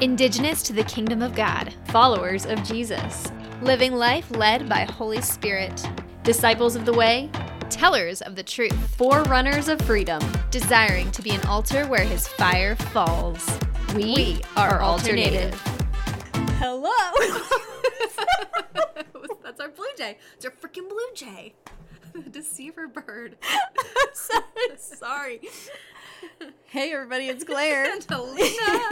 indigenous to the kingdom of God, followers of Jesus, living life led by Holy Spirit, disciples of the way, tellers of the truth, forerunners of freedom. desiring to be an altar where his fire falls. We, are alternative. Hello. That's our blue jay. It's our freaking blue jay. The deceiver bird. Sorry. Sorry. Hey, everybody, it's Claire, And Alina.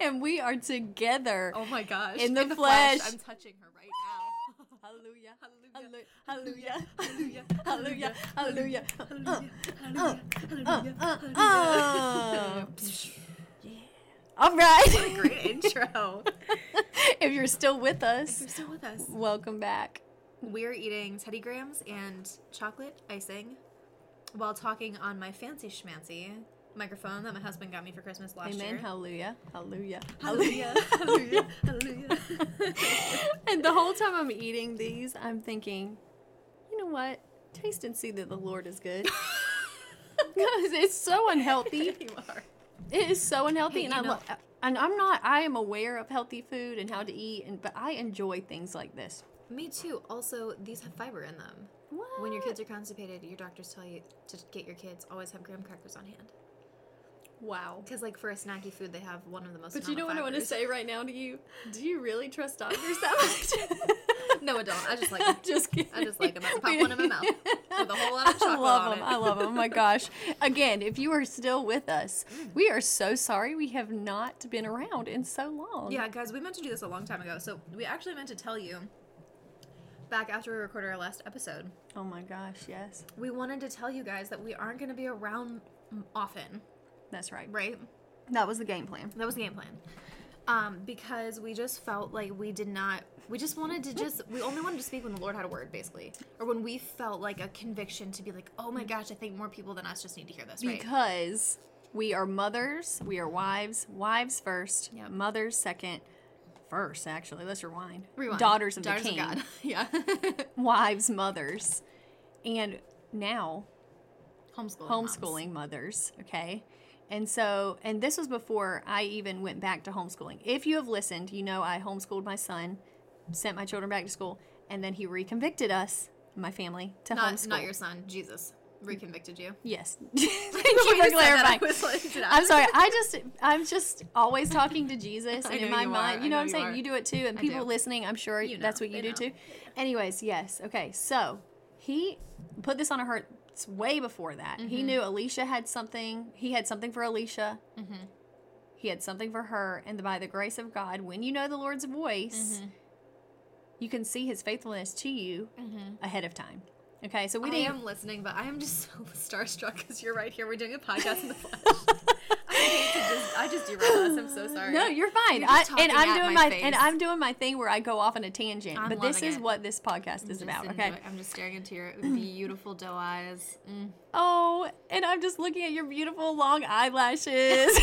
and we are together. Oh my gosh. In the flesh. I'm touching her right now. Hallelujah. Hallelujah. Hallelujah. Hallelujah. Hallelujah. Hallelujah. Hallelujah. Hallelujah. Hallelujah. uh, Hallelujah. All right. Great intro. if you're still with us, You're still with us. welcome back. We're eating Teddy Grahams and chocolate icing while talking on my fancy schmancy microphone that my husband got me for Christmas last Amen. year. Hallelujah. Hallelujah. Hallelujah. Hallelujah. Hallelujah. and the whole time I'm eating these, I'm thinking, you know what? Taste and see that the Lord is good. Because it's so unhealthy. you are. It is so unhealthy, Hey, and you I know- lo- and I'm not. I am aware of healthy food and how to eat, and but I enjoy things like this. Me too. Also, these have fiber in them. What? When your kids are constipated, your doctors tell you to get your kids always have graham crackers on hand. wow. Because, like, for a snacky food, they have one of the most. But you know what amount of I want to fibers. say right now to you? Do you really trust doctors that much? No, I don't. I just like 'em. just kidding. I just like 'em. I pop one in my mouth with a whole lot of I chocolate love on them. it. I love them. Oh my gosh! Again, if you are still with us, we are so sorry we have not been around in so long. Yeah, guys, we meant to do this a long time ago. So we actually meant to tell you back after we recorded our last episode. Oh my gosh! Yes, We wanted to tell you guys that we aren't going to be around m- often, that's right. right? That was the game plan. That was the game plan. Um, because we just felt like we did not. We just wanted to just. We only wanted to speak when the Lord had a word, basically, or when we felt like a conviction to be like, "Oh my gosh, I think more people than us just need to hear this." Right? because we are mothers, we are wives, wives first, Yep. mothers second, first actually. Let's rewind. Rewind. Daughters of the King, God. yeah. wives, mothers, and now homeschooling. moms. homeschooling mothers. Okay. And so, and this was before I even went back to homeschooling. If you have listened, you know I homeschooled my son, sent my children back to school, and then he reconvicted us, my family, to Not, homeschool. not your son. Jesus reconvicted you. Yes. Thank you When for said that, clarifying. I was like, did I- I'm sorry. I just, I'm just always talking to Jesus, and I in know my you are. mind, you I know, know what I'm you saying. are. You do it too, and people do. listening, I'm sure You that's know. what you They do know. too. Anyways, yes. Okay, so he put this on her heart s- way before that. He Mm-hmm. knew Alicia had something. He had something for Alicia. Mm-hmm. He had something for her, and by the grace of God, when you know the Lord's voice, Mm-hmm. you can see His faithfulness to you ahead of time. Okay, so we Mm-hmm. I didn't. am listening, but I am just so starstruck because you're right here. We're doing a podcast in the flesh. I hate to just, I just derail us. I'm so sorry. No, you're fine. You're I, just and talking I'm at doing my, my and face. I'm doing my thing where I go off on a tangent. I'm but this loving is it. what this podcast is Just about. enjoy- Okay. I'm just staring into your beautiful doe eyes. Mm. Oh, and I'm just looking at your beautiful long eyelashes.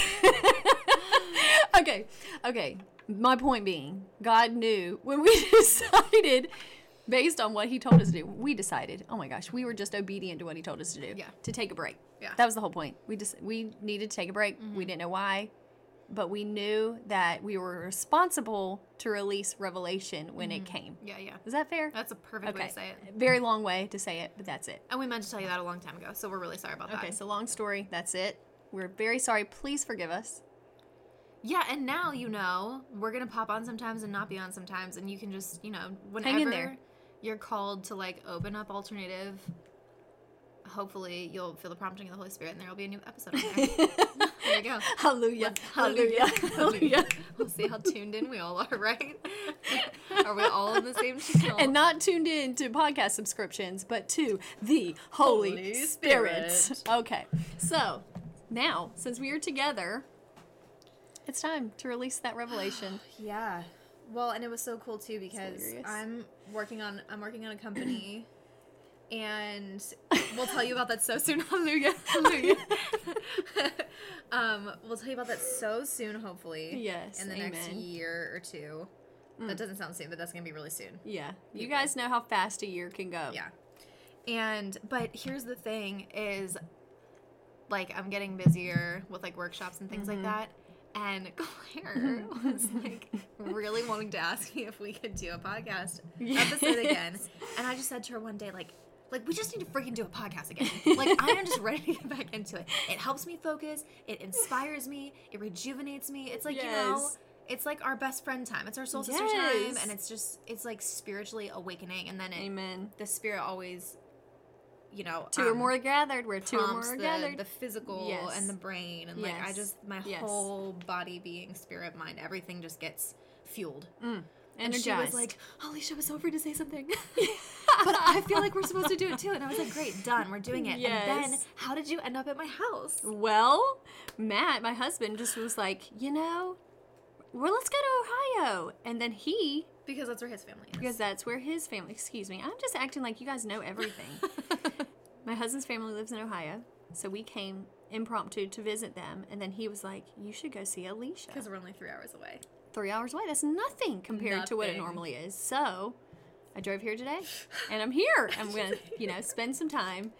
okay. Okay. My point being, God knew when we decided based on what he told us to do. We decided, oh my gosh, we were just obedient to what he told us to do. Yeah. To take a break. Yeah. Mm-hmm. That was the whole point. We just we needed to take a break. We didn't know why, but we knew that we were responsible to release revelation when it came. Yeah, yeah. Is that fair? Mm-hmm. That's a perfect way to say it. Very long way to say it, but that's it. And we meant to tell you that a long time ago, so we're really sorry about that. Okay, so long story. That's it. We're very sorry. Please forgive us. Yeah, and now you know we're gonna pop on sometimes and not be on sometimes, and you can just you know whenever Hang in there. you're called to like open up alternative. Hopefully, you'll feel the prompting of the Holy Spirit, and there will be a new episode. On there. there you go. Hallelujah. Hallelujah. Hallelujah. We'll see how tuned in we all are, right? are we all in the same channel? and not tuned in to podcast subscriptions, but to the Holy, Holy Spirit. Spirit. Okay. So now, since we are together, it's time to release that revelation. Yeah. Well, and it was so cool too because hilarious. I'm working on I'm working on a company and we'll tell you about that so soon. Hallelujah. Hallelujah. um, we'll tell you about that so soon, hopefully. Yes, In the next amen. Mm. year or two. That doesn't sound soon, but that's gonna be really soon. yeah. You guys know how fast a year can go. Yeah. And but here's the Mm-hmm. thing is like I'm getting busier with like workshops and things like that. And Claire was like really wanting to ask me if we could do a podcast episode again. And I just said to her one day, like, like we just need to freaking do a podcast again. Like I am just ready to get back into it. It helps me focus. It inspires me. It rejuvenates me. It's like you know, Yes. it's like our best friend time. It's our soul sister time, Yes. and it's just it's like spiritually awakening. And then it, Amen. the spirit always, you know, Two or um, more are gathered. Where two or more prompts are the, gathered. the physical Yes. and the brain and like i Yes. just my Yes. whole body being spirit mind everything just gets fueled and Energized. she was like alicia was over to say something but i feel like we're supposed to do it too and i was like great done we're doing it and then Yes. how did you end up at my house Well, Matt, my husband, just was like, you know, well, let's go to Ohio. And then he, because that's where his family is because that's where his family, excuse me, I'm just acting like you guys know everything. my husband's family lives in Ohio. So we came impromptu to visit them. And then he was like, you should go see Alicia. because we're only three hours away Three hours away, that's nothing compared to what it Nothing. normally is. So I drove here today and I'm here. I'm going to, you know, spend some time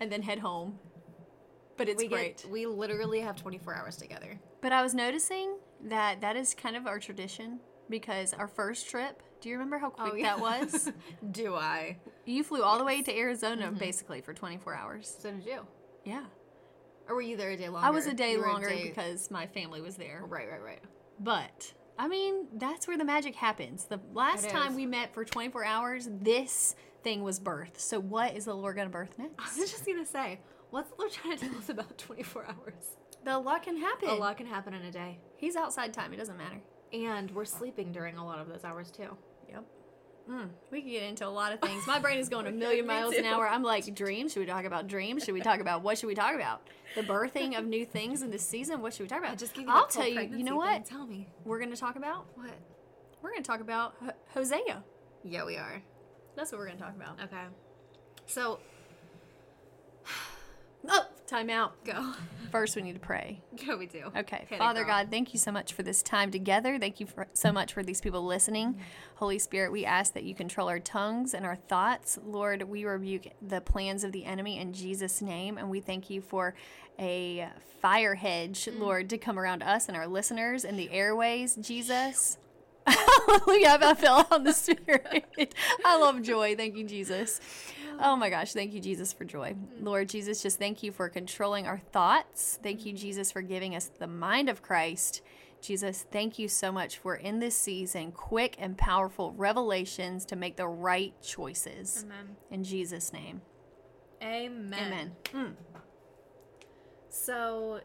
and then head home. But it's we great. get we literally have 24 hours together But I was noticing that that is kind of our tradition because our first trip, do you remember how quick that was? do i you flew all the way to Arizona basically for 24 hours. so did you Mm-hmm. Yeah. or were you there a day longer I was a day You were longer day- because my family was there. right right right But I mean, that's where the magic happens. The last It time is. we met for 24 hours, this thing was birth. So what is the Lord going to birth I next? was just gonna say, what's the Lord trying to tell us about 24 hours? The lot can happen. A lot can happen in a day, He's outside time. It doesn't matter. and we're sleeping during a lot of those hours too. Yep. Mm, we could get into a lot of things. My brain is going a million miles an hour. I'm like, dreams? Should we talk about dreams? Should we talk about what should we talk about? The birthing of new things in this season. What should we talk about? I just gave you I'll that full tell you. You pregnancy know thing. what? Tell me We're going to talk about. what? We're going to talk about Ho- Hosea. Yeah, we are. That's what we're going to talk about. Okay. So Oh, time out. go. First, we need to pray. Go. We do. Okay. Hit it, Father girl. God, thank you so much for this time together. Thank you for, so much for these people listening. Mm-hmm. Holy Spirit, we ask that you control our tongues and our thoughts. Lord, we rebuke the plans of the enemy in Jesus' name. And we thank you for a fire hedge, Mm. Lord, to come around us and our listeners and the airways, Jesus. Hallelujah. I fell on the spirit. I love joy. Thank you, Jesus. Oh my gosh. Thank you, Jesus, for joy. Lord Jesus, just thank you for controlling our thoughts. Thank you, Jesus, for giving us the mind of Christ. Jesus, thank you so much for in this season quick and powerful revelations to make the right choices. Amen. In Jesus' name. Amen. Amen. So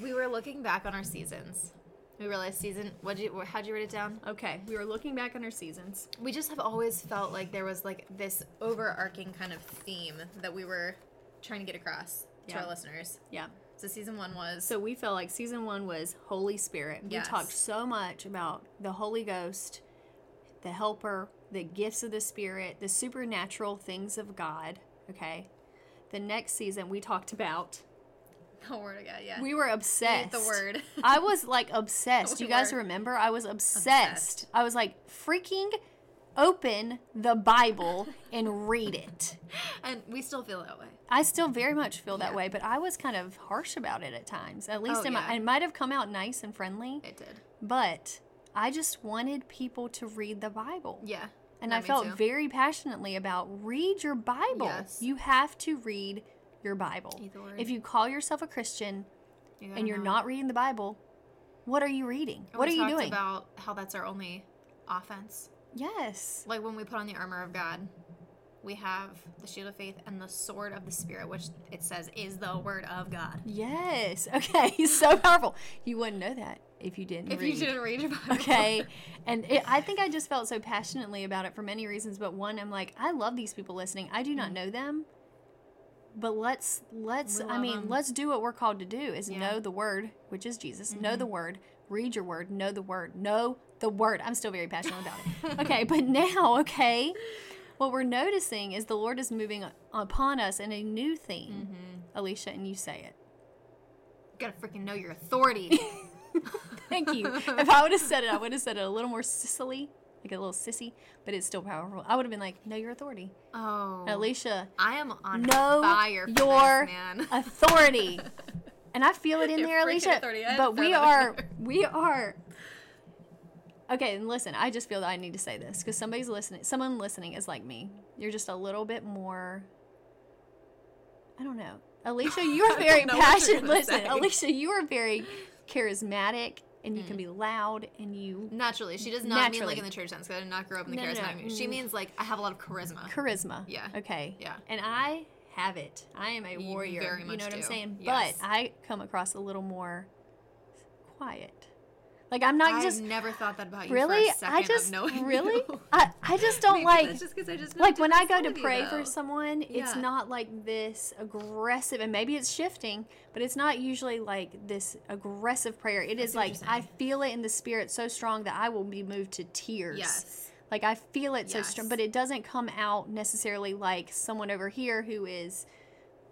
we were looking back on our seasons. We realized season. What you? How'd you write it down? Okay. We were looking back on our seasons. we just have always felt like there was like this overarching kind of theme that we were trying to get across to Yeah. our listeners. Yeah. So season one was So we felt like season one was Holy Spirit. Yes. We talked so much about the Holy Ghost, the Helper, the gifts of the Spirit, the supernatural things of God. Okay. The next season we talked about. the word again. Yeah, We were obsessed. the word. I was like obsessed. We you guys were. remember? I was obsessed. Obsessed. I was like freaking open the Bible and read it. and we still feel that way. I still very much feel that Yeah. way, but I was kind of harsh about it at times. At least Oh, in my, yeah. it might have come out nice and friendly. It did. but I just wanted people to read the Bible. Yeah, And Yeah, I me felt too. very passionately about read your Bible. Yes. You have to read your Bible. Either or. If you call yourself a Christian You gotta and you're know. not reading the Bible, what are you reading? What are Uh-huh. We you talked doing? About how that's our only offense. yes. Like when we put on the armor of God, we have the shield of faith and the sword of the spirit, which it says is the word of God. Yes. Okay. so powerful. You wouldn't know that if you didn't If read. you didn't read your Bible, okay and it, i think i just felt so passionately about it for many reasons but one i'm like i love these people listening i do Mm. not know them but let's let's We i love mean 'em. let's do what we're called to do is Yeah. know the word which is jesus know Mm-hmm. the word read your word know the word know the word i'm still very passionate about it okay but now okay what we're noticing is the lord is moving upon us in a new theme Mm-hmm. alicia and you say it you gotta freaking know your authority. Thank you. If I would have said it, I would have said it a little more sissily, like a little sissy, but it's still powerful. I would have been like, "Know your authority, oh, Alicia. I am on Know fire for your this, man. authority." and I feel it in You're there, freaking Alicia. at 38, But we throw that in are, we are. Okay, and listen, I just feel that I need to say this because somebody's listening. Someone listening is like me. You're just a little bit more. I don't know, Alicia. You're don't very know what you're passionate. gonna Listen, say. Alicia, you are very charismatic, and you Mm. can be loud, and you Naturally, she does not mean like Naturally. in the church sense because I did not grow up in the No, no, no. charismatic community. She Mm. means like I have a lot of charisma. charisma. Yeah. Okay. Yeah. And I have it. I am a You warrior. very you much know what I'm do. saying? Yes. But I come across a little more quiet. Like I'm not I just never thought that about you. really. for a second I of just knowing really. you. I I just don't Maybe like. that's just 'cause I just know a like when I different go to side of you, pray though. for someone, it's Yeah. not like this aggressive, and maybe it's shifting, but it's not usually like this aggressive prayer. It is see what like you're I saying. feel it in the spirit so strong that I will be moved to tears. Yes. Like I feel it so strong, Yes. but it doesn't come out necessarily like someone over here who is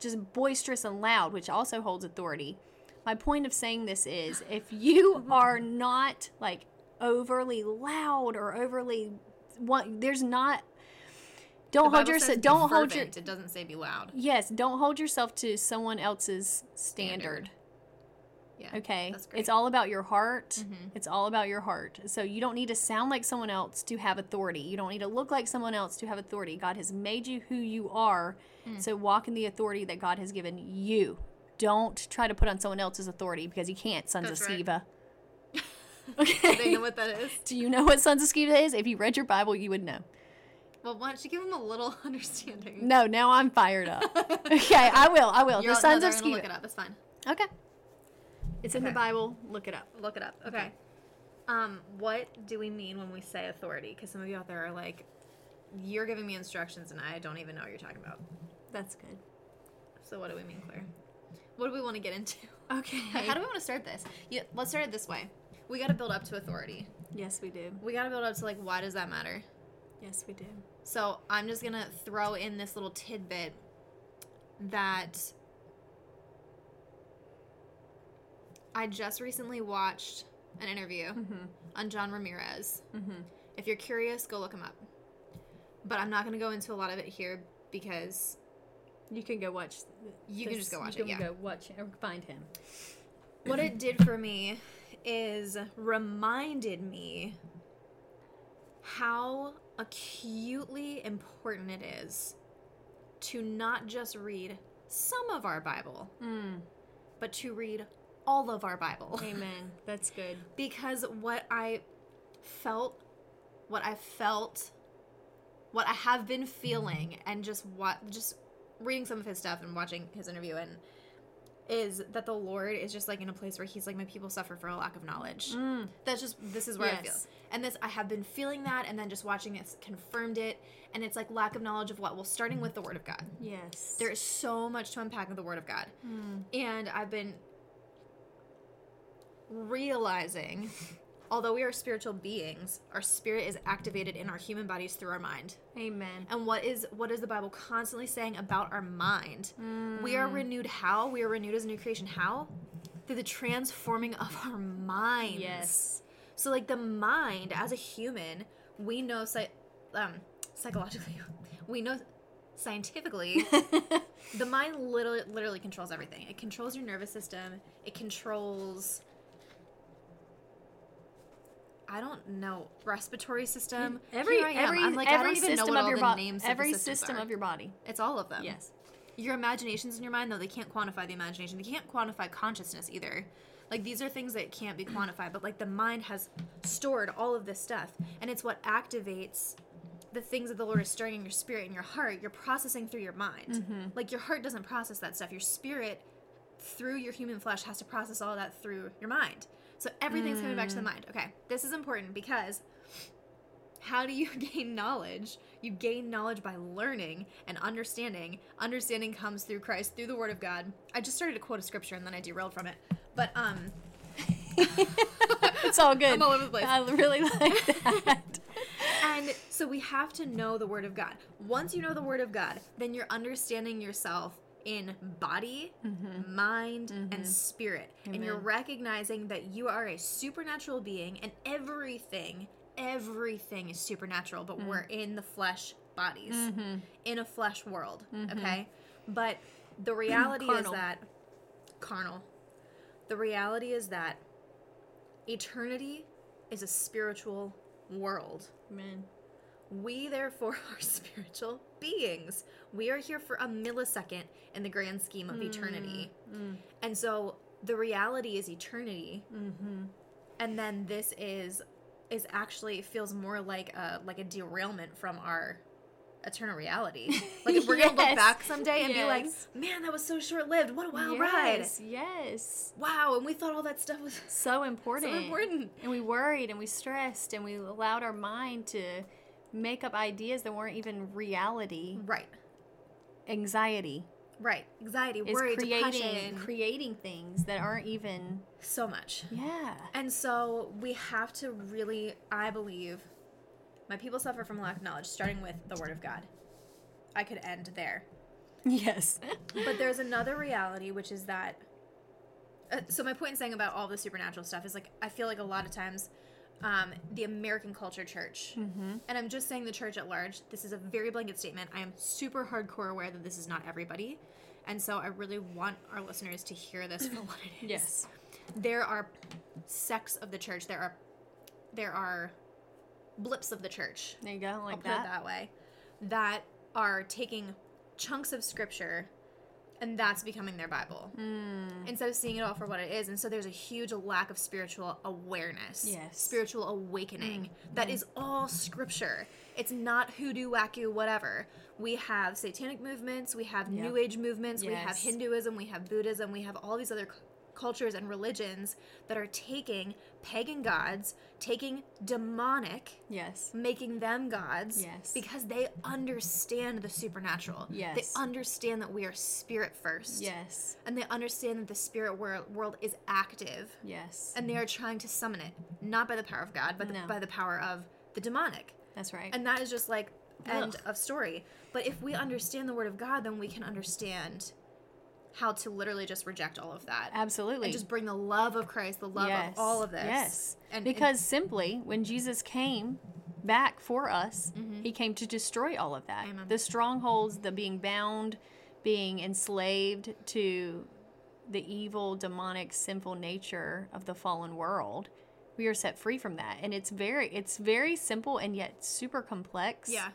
just boisterous and loud, which also holds authority. My point of saying this is if you are not like overly loud or overly what there's not The don't hold Bible your says be don't hold your fervent, It doesn't say be loud. yes, don't hold yourself to someone else's standard. Standard. Yeah. Okay. That's great. Mm-hmm. It's all about your heart. It's all about your heart. So you don't need to sound like someone else to have authority. You don't need to look like someone else to have authority. God has made you who you are. Mm. So walk in the authority that God has given you. Don't try to put on someone else's authority because you can't, sons That's of right. Sceva. they Okay. know what that is. Do you know what sons of Sceva is? If you read your Bible, you would know. Well, why don't you give them a little understanding? No, now I'm fired up. okay, I will. I will. You're the all- sons no, of they're gonna Look it Sceva. up. It's fine. Okay. It's in the Okay. Bible. Look it up. Look it up. Okay. Um, what do we mean when we say authority? Because some of you out there are like, you're giving me instructions and I don't even know what you're talking about. That's good. So what do we mean, Claire? What do we want to get into? Okay. How do we want to start this? Yeah, let's start it this way. We got to build up to authority. yes, we do. We got to build up to like, why does that matter? Yes, we do. So I'm just gonna throw in this little tidbit that I just recently watched an interview on John Ramirez. If you're curious, go look him up. But I'm not gonna go into a lot of it here because You can go watch. You can just go watch you it, can yeah. go watch or find him. what it did for me is reminded me how acutely important it is to not just read some of our Bible, but to read all of our Bible. Amen. That's good. Because what I felt, what I felt, what I have been feeling, and just what, just reading some of his stuff and watching his interview, and is that the Lord is just like in a place where He's like, my people suffer for a lack of knowledge. That's just this is where I feel, Mm. Yes. and this I have been feeling that, and then just watching this confirmed it, and it's like lack of knowledge of what. Well, starting with the Word of God, Yes. Mm. there is so much to unpack of the Word of God. And I've been realizing, although we are spiritual beings, our spirit is activated in our human bodies through our mind. Amen. And what is what is the Bible constantly saying about our mind? We are renewed how? We are renewed as a new creation how? Through the transforming of our minds. Yes. So like the mind as a human, we know psy- um, psychologically, we know scientifically, the mind literally literally controls everything. It controls your nervous system. It controls. I don't know respiratory system. Every Here I am. every I'm like, I every don't even know system what of all your the body. names of the Every systems system are. of your body. It's all of them. Yes. Your imaginations in your mind, though, they can't quantify the imagination. They can't quantify consciousness either. Like these are things that can't be quantified, but like the mind has stored all of this stuff, and it's what activates the things that the Lord is stirring in your spirit and your heart. You're processing through your mind. Like your heart doesn't process that stuff. Your spirit, through your human flesh, has to process all that through your mind. So everything's coming back to the mind. Okay, this is important because how do you gain knowledge? You gain knowledge by learning and understanding. Understanding comes through Christ, through the Word of God. I just started to quote a scripture and then I derailed from it. But um, It's all good. I'm all over the place. I really like that. and so we have to know the Word of God. Once you know the Word of God, then you're understanding yourself in body, mind, and spirit, and you're recognizing that you are a supernatural being, and everything, everything is supernatural. But we're in the flesh bodies. in a flesh world, okay? But the reality is Carnal. that carnal. The reality is that eternity is a spiritual world. Amen. We, therefore, are spiritual beings. We are here for a millisecond in the grand scheme of eternity. Mm, And so the reality is eternity. Mm-hmm. And then this is is actually feels more like a like a derailment from our eternal reality. Like if we're gonna Yes. look back someday and Yes. be like, man, that was so short lived. What a wild ride. yes, yes. Wow, and we thought all that stuff was So important. so important. And we worried and we stressed and we allowed our mind to make up ideas that weren't even reality. Right. Anxiety Right. Anxiety, is worry, creating depression. creating things that aren't even so much. yeah. And so we have to really, I believe, my people suffer from lack of knowledge, starting with the Word of God. I could end there. Yes. But there's another reality, which is that. Uh, so my point in saying about all the supernatural stuff is like I feel like a lot of times, um, the American culture church, and I'm just saying the church at large. This is a very blanket statement. I am super hardcore aware that this is not everybody, and so I really want our listeners to hear this for what it is yes. there are sects of the church. There are there are blips of the church. There you go. Like I'll put it that. that way. That are taking chunks of scripture and that's becoming their Bible. Hmm. Instead of seeing it all for what it is. And so there's a huge lack of spiritual awareness. Yes. Mm. Spiritual awakening. That is all scripture. It's not hoodoo, wacky, whatever. We have satanic movements, we have Yep. new age movements, we have Yes. Hinduism, we have Buddhism, we have all these other c- cultures and religions that are taking pagan gods, taking demonic Yes. making them gods Yes. because they understand the supernatural. Yes. They understand that we are spirit first. Yes. And they understand that the spirit wor- world is active Yes. and they are trying to summon it, not by the power of God, but the- No. by the power of the demonic. That's right. And that is just like end Ugh. of story. But if we understand the word of God, then we can understand how to literally just reject all of that. Absolutely. And just bring the love of Christ, the love yes. of all of this. Yes. And because simply, when Jesus came back for us, he came to destroy all of that. Mm-hmm. Amen. The strongholds, the being bound, being enslaved to the evil, demonic, sinful nature of the fallen world. We are set free from that. And it's very it's very simple and yet super complex. yeah.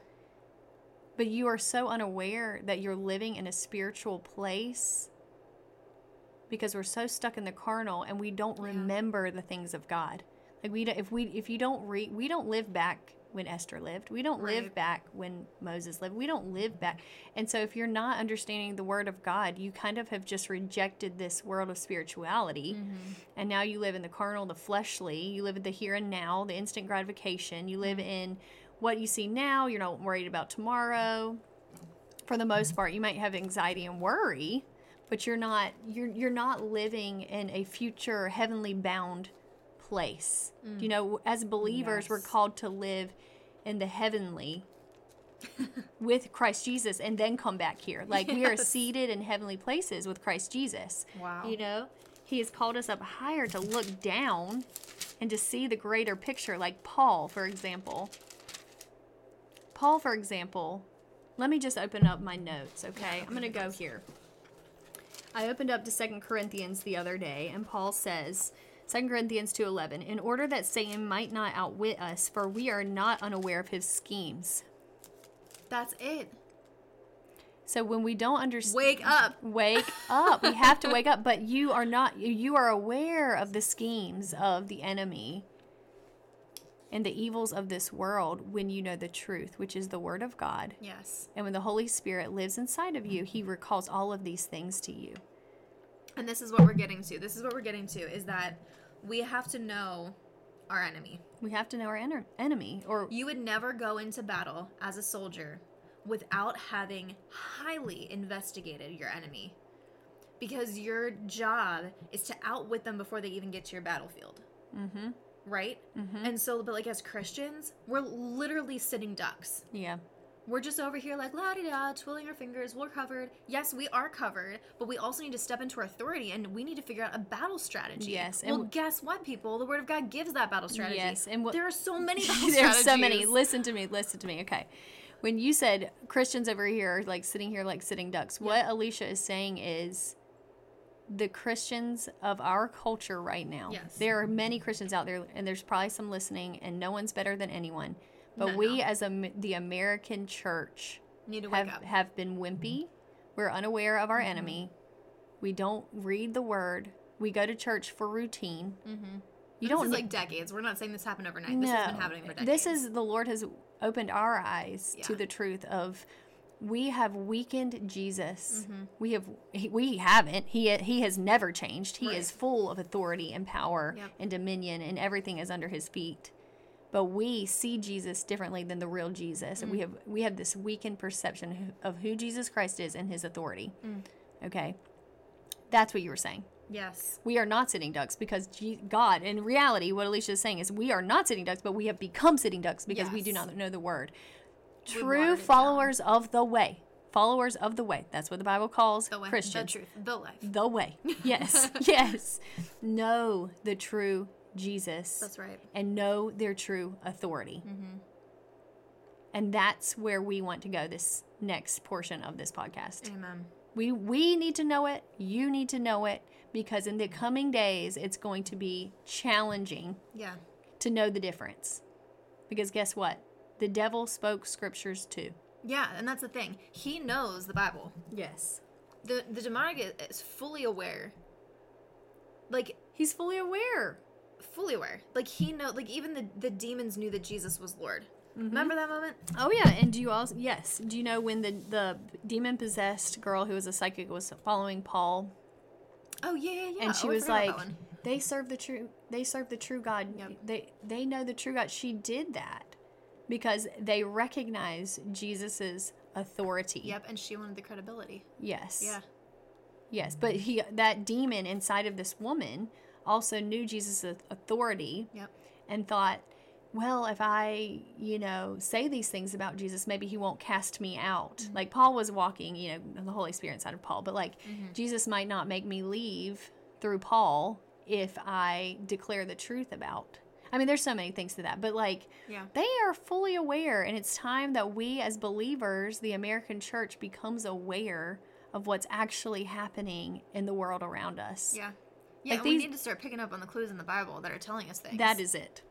But you are so unaware that you're living in a spiritual place because we're so stuck in the carnal and we don't remember the things of God. Like we don't, if we if you don't read we don't live back when Esther lived. We don't live Right. back when Moses lived. We don't live back. And so if you're not understanding the word of God, you kind of have just rejected this world of spirituality. And now you live in the carnal, the fleshly. You live in the here and now, the instant gratification. You live in what you see now. You're not worried about tomorrow for the most part you might have anxiety and worry but you're not you're you're not living in a future heavenly bound place you Mm. know as believers we're Yes. called to live in the heavenly with Christ Jesus and then come back here like we are Yes. seated in heavenly places with Christ Jesus Wow. you know he has called us up higher to look down and to see the greater picture like Paul for example Paul, for example, let me just open up my notes, okay? I'm going to go here. I opened up to 2 Corinthians the other day, and Paul says, 2 Corinthians 2:11, in order that Satan might not outwit us, for we are not unaware of his schemes. That's it. So when we don't understand Wake up. wake up. We have to wake up. But you are not, you are aware of the schemes of the enemy and the evils of this world when you know the truth, which is the word of God. Yes. And when the Holy Spirit lives inside of you, he recalls all of these things to you. And this is what we're getting to. This is what we're getting to is that we have to know our enemy. We have to know our ener- enemy or You would never go into battle as a soldier without having highly investigated your enemy. Because your job is to outwit them before they even get to your battlefield. Mm-hmm. Right? And so, but like as Christians, we're literally sitting ducks. yeah. We're just over here like la di da, twiddling our fingers. We're covered. Yes, we are covered, but we also need to step into our authority and we need to figure out a battle strategy. Yes, and Well, w- guess what, people? The Word of God gives that battle strategy. Yes, and what- there are so many. Battle There's so many. strategies. Listen to me. Listen to me. Okay. When you said Christians over here are like sitting here like sitting ducks, what Alicia is saying is the Christians of our culture right now. Yes. There are many Christians out there, and there's probably some listening, and no one's better than anyone. But No, we, no. as a, m- the American church, Need to wake have, up. Mm-hmm. have been wimpy. We're unaware of our enemy. We don't read the word. We go to church for routine. Mm-hmm. You this don't is ne- like decades. We're not saying this happened overnight. This has been happening for decades. this is the Lord has opened our eyes to Yeah. the truth of we have weakened Jesus. Mm-hmm. We have he- we haven't. He he has never changed. He is full of authority and power Yep. and dominion and everything is under his feet. But we see Jesus differently than the real Jesus. Mm. And we have we have this weakened perception of who Jesus Christ is and his authority. Mm. Okay. That's what you were saying yes. we are not sitting ducks because G- God, in reality, what Alicia is saying is we are not sitting ducks, but we have become sitting ducks because we do Yes. not know the word. watered True it down. followers of the way. Followers of the way. That's what the Bible calls The way, Christians. the truth, the life. The way. Yes. yes. Know the true Jesus That's right. Mm-hmm. and know their true authority. And that's where we want to go this next portion of this podcast. Amen. We we need to know it. You need to know it because in the coming days it's going to be challenging Yeah. to know the difference. Because guess what? The devil spoke scriptures too. Yeah, and that's the thing. He knows the Bible. Yes. The the demonic i- is fully aware. Like He's fully aware. fully aware. Like he know like even the the demons knew that Jesus was Lord. Remember that moment? Oh yeah, and do you also yes, do you know when the the demon possessed girl who was a psychic was following Paul Oh yeah, yeah, yeah. and she Oh, I was forgot like about that one. they serve the true they serve the true god Yep. they they know the true god she did that because they recognize jesus's authority Yep, and she wanted the credibility. yes Yeah. yes but he that demon inside of this woman also knew jesus' authority Yep. and thought well if i you know say these things about jesus maybe he won't cast me out like paul was walking you know the holy spirit inside of paul but like jesus might not make me leave through paul if i declare the truth about i mean there's so many things to that but like Yeah. they are fully aware and it's time that we as believers the american church becomes aware of what's actually happening in the world around us Yeah. Yeah, Like and these- we need to start picking up on the clues in the Bible that are telling us things. that is it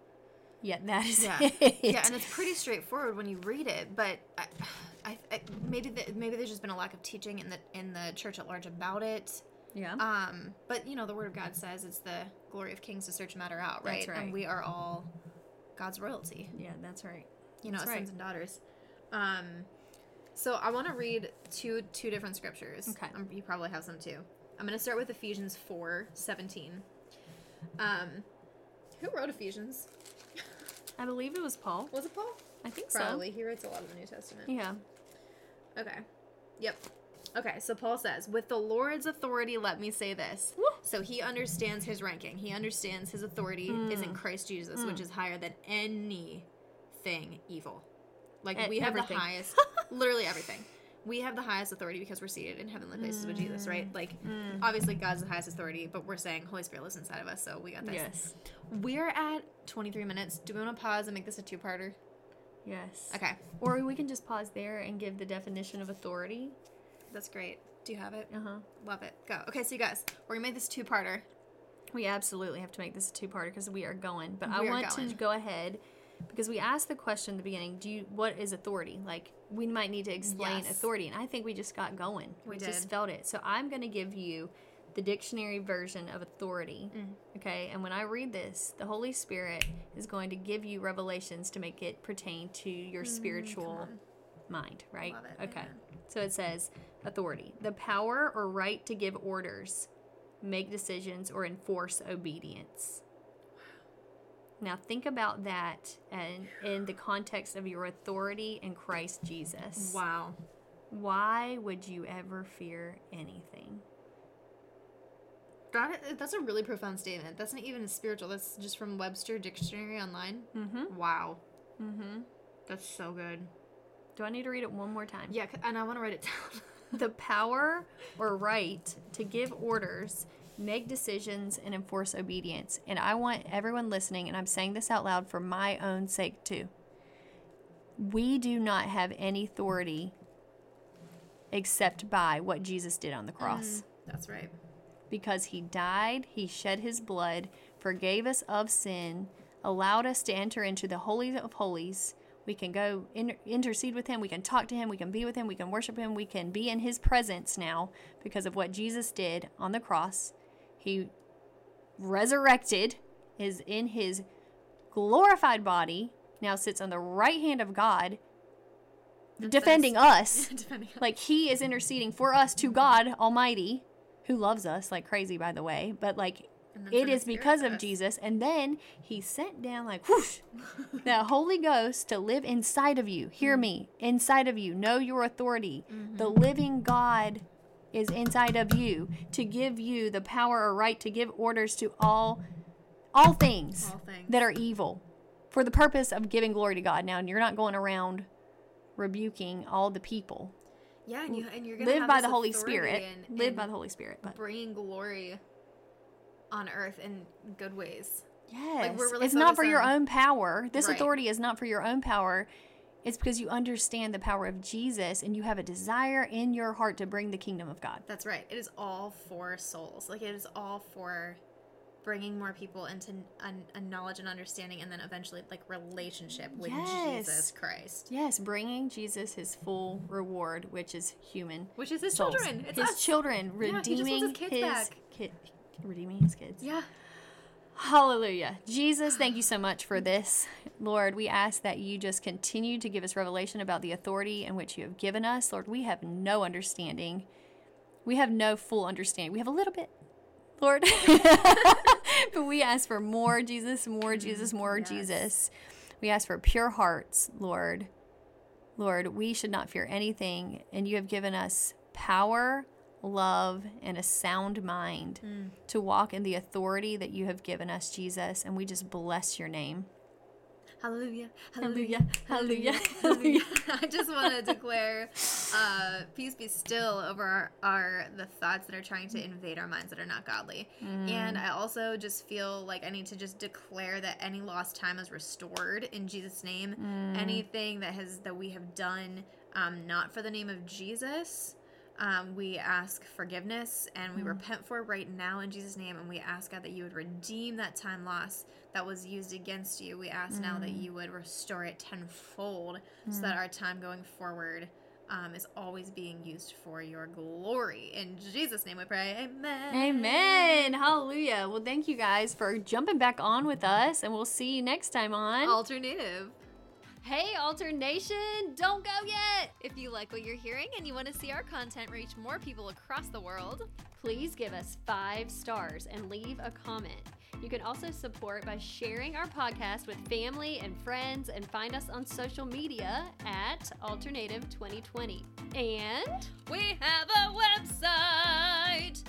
yeah that is Yeah. it yeah, and it's pretty straightforward when you read it. But I, I, I maybe the, maybe there's just been a lack of teaching in the in the church at large about it. yeah Um, but you know, the Word of God says it's the glory of kings to search a matter out, right? That's right. And we are all God's royalty. Yeah, that's right. You know, That's as right. sons and daughters. Um, so I want to read two two different scriptures. Okay. Um, you probably have some too. I'm going to start with Ephesians four seventeen. Um, who wrote Ephesians? I believe it was Paul. Was it Paul? I think Probably. He writes a lot of the New Testament. so. Yeah. Okay. Yep. Okay, so Paul says, With the Lord's authority, let me say this. So he understands his ranking. He understands his authority is in Christ Jesus, which is higher than anything evil. Like, E- we have everything. the highest, literally everything. We have the highest authority because we're seated in heavenly places with Jesus, right? Like, obviously, God's the highest authority, but we're saying Holy Spirit lives inside of us, so we got this. Yes. We're at 23 minutes. Do we want to pause and make this a two parter? Yes. Okay, Or we can just pause there and give the definition of authority. that's great. Do you have it? Uh huh. Love it. Go. Okay, so you guys, we're gonna make this two parter. We absolutely have to make this a two-parter because we are going. But We I are want to going. go ahead because we asked the question in the beginning. Do you what is authority? Like we might need to explain Yes. authority, and I think we just got going. We just did. felt it. So I'm going to give you the dictionary version of authority. Mm. Okay, and when I read this, the Holy Spirit is going to give you revelations to make it pertain to Mm, your spiritual mind, right? Love it. Mm-hmm. Okay. Amen. So it says authority, the power or right to give orders, make decisions, or enforce obedience. Now think about that and in the context of your authority in Christ Jesus. Wow. Why would you ever fear anything? That is, that's a really profound statement. That's not even spiritual. That's just from Webster Dictionary online. Mm-hmm. Wow. Mhm. That's so good. Do I need to read it one more time? Yeah, c- and I want to write it down. The power or right to give orders, make decisions, and enforce obedience. And I want everyone listening, and I'm saying this out loud for my own sake too. We do not have any authority except by what Jesus did on the cross. that's right. because he died, he shed his blood, forgave us of sin, allowed us to enter into the Holy of Holies. We can go in, intercede with him, we can talk to him, we can be with him, we can worship him, we can be in his presence now because of what Jesus did on the cross. He resurrected, is in his glorified body, now sits on the right hand of God, defending us. Depending on- Like he is interceding for us to God Almighty, who loves us like crazy, by the way. But like, And then it sort of is because spares of us. Jesus. And then he sent down like whoosh, the Holy Ghost to live inside of you. Hear me, inside of you. Know your authority. Mm-hmm. The living God is inside of you to give you the power or right to give orders to all all things, All things. that are evil for the purpose of giving glory to God. Now, you're not going around rebuking all the people. yeah, and, you, and you're gonna Live have by this the Holy authority Spirit. and- Live and by the Holy Spirit. But bringing glory on earth in good ways. yes, we're really it's not for focused your on- own power. This Right. authority is not for your own power. It's because you understand the power of Jesus and you have a desire in your heart to bring the kingdom of God. That's right. It is all for souls. Like it is all for bringing more people into n- a, a knowledge and understanding, and then eventually like relationship with Yes. Jesus Christ, Yes, bringing Jesus his full reward, which is human. which is His souls. children. It's his us. children Yeah, he just wants his redeeming kids his back. ki- redeeming his kids. Yeah. Hallelujah. Jesus, thank you so much for this. Lord, we ask that you just continue to give us revelation about the authority in which you have given us. Lord, we have no understanding. We have no full understanding. We have a little bit, Lord. but we ask for more Jesus, more Jesus, more yes. Jesus. We ask for pure hearts, Lord. Lord, we should not fear anything, and you have given us power, love, and a sound mind to walk in the authority that you have given us, Jesus, and we just bless your name. Hallelujah. Hallelujah, hallelujah, Hallelujah. I just want to declare uh, peace be still over our, our the thoughts that are trying to invade our minds that are not godly. And I also just feel like I need to just declare that any lost time is restored in Jesus name. Anything that has that we have done um, not for the name of Jesus, um, we ask forgiveness and we repent for it right now in Jesus' name. And we ask God that you would redeem that time loss that was used against you. We ask now that you would restore it tenfold so that our time going forward um, is always being used for your glory. In Jesus' name we pray. Amen. Amen. Hallelujah. Well, thank you guys for jumping back on with us, and we'll see you next time on. Alternative. Hey, Alternation! Don't go yet! If you like what you're hearing and you want to see our content reach more people across the world, please give us five stars and leave a comment. You can also support by sharing our podcast with family and friends and find us on social media at Alternative 2020. And we have a website!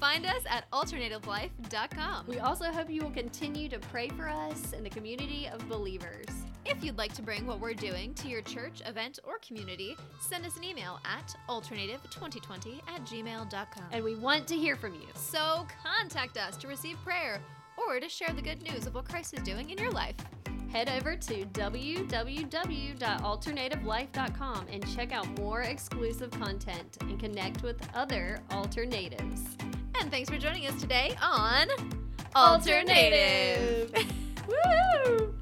Find us at alternativelife.com. We also hope you will continue to pray for us in the community of believers. If you'd like to bring what we're doing to your church, event, or community, send us an email at alternative2020 at gmail.com. And we want to hear from you. So contact us to receive prayer or to share the good news of what Christ is doing in your life. Head over to www.alternativelife.com and check out more exclusive content and connect with other alternatives. And thanks for joining us today on Alternative. Woo!